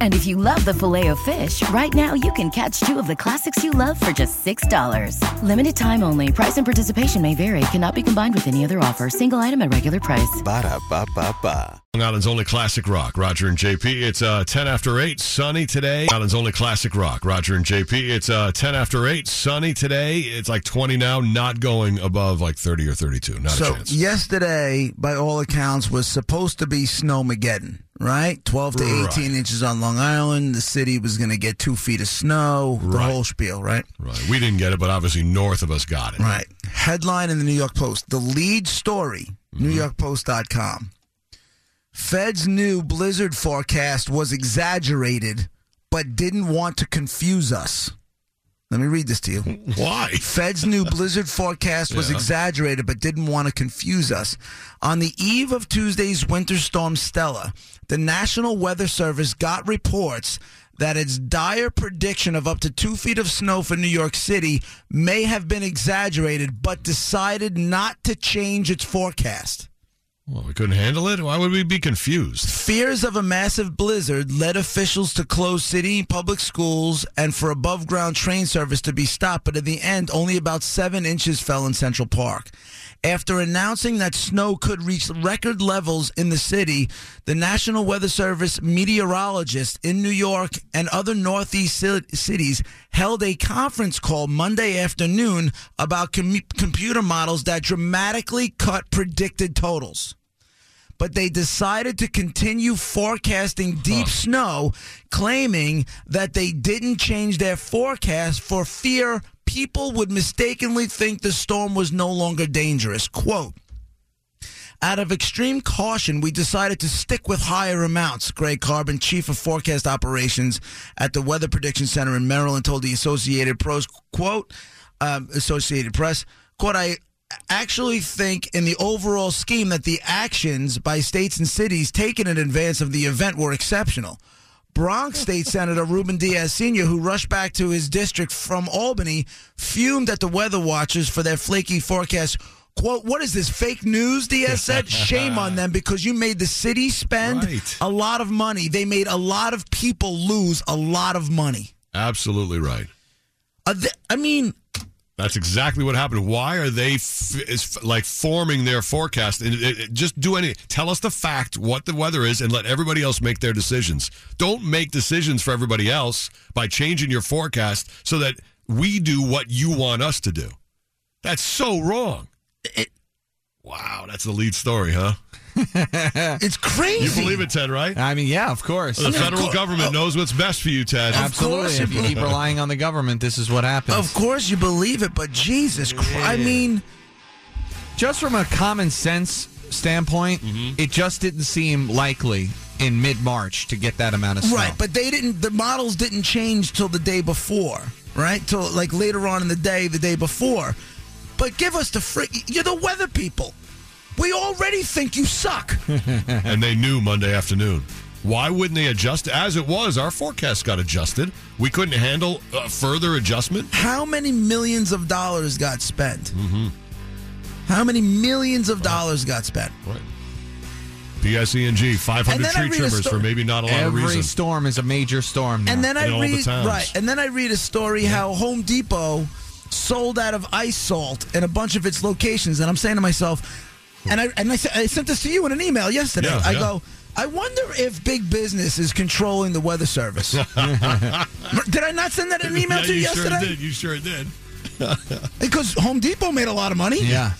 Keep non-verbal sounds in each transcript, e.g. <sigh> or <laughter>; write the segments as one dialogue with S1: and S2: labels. S1: And if you love the filet of fish, right now you can catch two of the classics you love for just $6. Limited time only. Price and participation may vary. Cannot be combined with any other offer. Single item at regular price.
S2: Ba-da-ba-ba-ba.
S3: Long Island's only classic rock, Roger and JP. It's uh, 10 after 8, sunny today. Long Island's only classic rock, Roger and JP. It's uh, 10 after 8, sunny today. It's like 20 now, not going above like 30 or 32. Not a
S4: So
S3: chance.
S4: yesterday, by all accounts, was supposed to be snowmageddon, right? Twelve to
S3: Right.
S4: eighteen inches on Long Island. The city was going to get two feet of snow. The
S3: Right.
S4: whole spiel, right?
S3: Right. We didn't get it, but obviously north of us got it.
S4: Right. Headline in the New York Post. The lead story,
S3: Mm-hmm.
S4: NewYorkPost.com. Fed's new blizzard forecast was exaggerated, but didn't want to confuse us. Let me read this to you.
S3: Why?
S4: Fed's new blizzard forecast was
S3: Yeah.
S4: exaggerated but didn't want to confuse us. On the eve of Tuesday's winter storm Stella, the National Weather Service got reports that its dire prediction of up to two feet of snow for New York City may have been exaggerated, but decided not to change its forecast.
S3: Well, we couldn't handle it. Why would we be confused?
S4: Fears of a massive blizzard led officials to close city public schools and for above ground train service to be stopped, but in the end, only about seven inches fell in Central Park. After announcing that snow could reach record levels in the city, the National Weather Service meteorologists in New York and other Northeast ci- cities held a conference call Monday afternoon about com- computer models that dramatically cut predicted totals but they decided to continue forecasting deep snow, claiming that they didn't change their forecast for fear people would mistakenly think the storm was no longer dangerous. Quote, out of extreme caution, we decided to stick with higher amounts. Greg Carbon, chief of forecast operations at the Weather Prediction Center in Maryland, told the Associated Pros, quote, um, Associated Press, quote, I actually think in the overall scheme that the actions by states and cities taken in advance of the event were exceptional. Bronx State Senator Ruben Diaz Sr., who rushed back to his district from Albany, fumed at the weather watchers for their flaky forecast. Quote, what is this, fake news?
S3: <laughs>
S4: Diaz said. Shame on them because you made the city spend
S3: Right.
S4: a lot of money. They made a lot of people lose a lot of money.
S3: Absolutely right.
S4: Uh, th- I mean,
S3: That's exactly what happened. Why are they f- is f- like forming their forecast? And it- it- just do any. Tell us the fact, what the weather is, and let everybody else make their decisions. Don't make decisions for everybody else by changing your forecast so that we do what you want us to do. That's so wrong. wow, that's the lead story, huh?
S4: it's
S3: You
S4: crazy.
S3: believe it, Ted? Right?
S5: I mean, yeah, of course.
S3: The federal
S4: cour-
S3: government knows what's best for you, Ted.
S5: Absolutely.
S4: course
S5: If
S4: you
S5: you keep
S4: believe-
S5: relying on the government, this is what happens.
S4: Of course you believe it, but Jesus Christ. I mean,
S5: just from a common sense standpoint, it just didn't seem likely in mid March to get that amount of snow.
S4: Right, but they didn't. The models didn't change till the day before, right? Till like later on in the day, the day before. But give us the freak. You're the weather people. We already think you suck.
S3: and they knew Monday afternoon. Why wouldn't they adjust? As it was, our forecast got adjusted. We couldn't handle a further adjustment.
S4: How many millions of dollars got spent? Mm-hmm. How many millions of dollars got spent?
S3: Right. PSENG, 500
S4: And then I
S3: tree
S4: read a
S3: trimmers
S4: sto-
S3: for maybe not a lot
S5: Every
S3: of reason.
S5: storm is a major storm. Now.
S4: And then
S3: In all
S4: I
S3: the
S4: read
S3: towns.
S4: right, and then I read a story how Home Depot sold out of ice salt in a bunch of its locations, and I'm saying to myself, and I and I, se- I sent this to you in an email yesterday.
S3: Yeah,
S4: I
S3: yeah.
S4: go. I wonder if big business is controlling the
S3: <laughs>
S4: weather service. did I not send that in an email
S3: Yeah,
S4: to you,
S3: you sure
S4: yesterday?
S3: did. You sure did.
S4: Because Home Depot made a lot of money.
S5: yeah.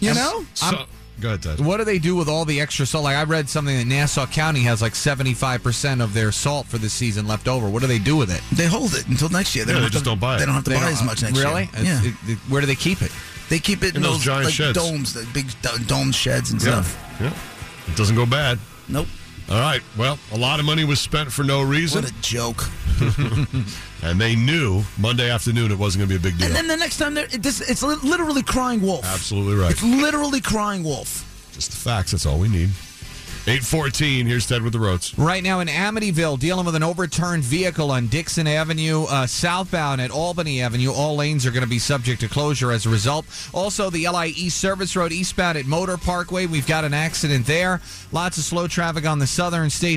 S4: You know?
S3: So, go ahead, Ted.
S5: What do they do with all the extra salt? Like I read something that Nassau County has like seventy five percent of their salt for this season left over. What do they do with it?
S4: They hold it until next year. They,
S3: Yeah,
S4: don't
S3: they
S4: have
S3: just
S4: to,
S3: don't buy it.
S4: They don't have to
S5: They
S4: buy
S5: don't-
S4: as much next
S5: really?
S4: year.
S5: It's-
S4: Yeah.
S5: it- it- where do they keep it?
S4: they keep it in,
S3: In those giant
S4: like,
S3: sheds.
S4: domes, the big do- dome sheds and
S3: yeah.
S4: stuff.
S3: yeah. It doesn't go bad.
S4: Nope.
S3: All right. Well, a lot of money was spent for no reason,
S4: What a joke.
S3: and they knew Monday afternoon it wasn't going to be a big deal.
S4: And then the next time, they're- it just, it's li- literally crying wolf.
S3: Absolutely right.
S4: It's literally crying wolf.
S3: Just the facts. That's all we need. 814, here's Ted with the roads.
S5: Right now in Amityville, dealing with an overturned vehicle on Dixon Avenue, uh, southbound at Albany Avenue. All lanes are going to be subject to closure as a result. Also, the LIE Service Road eastbound at Motor Parkway, we've got an accident there. Lots of slow traffic on the southern state.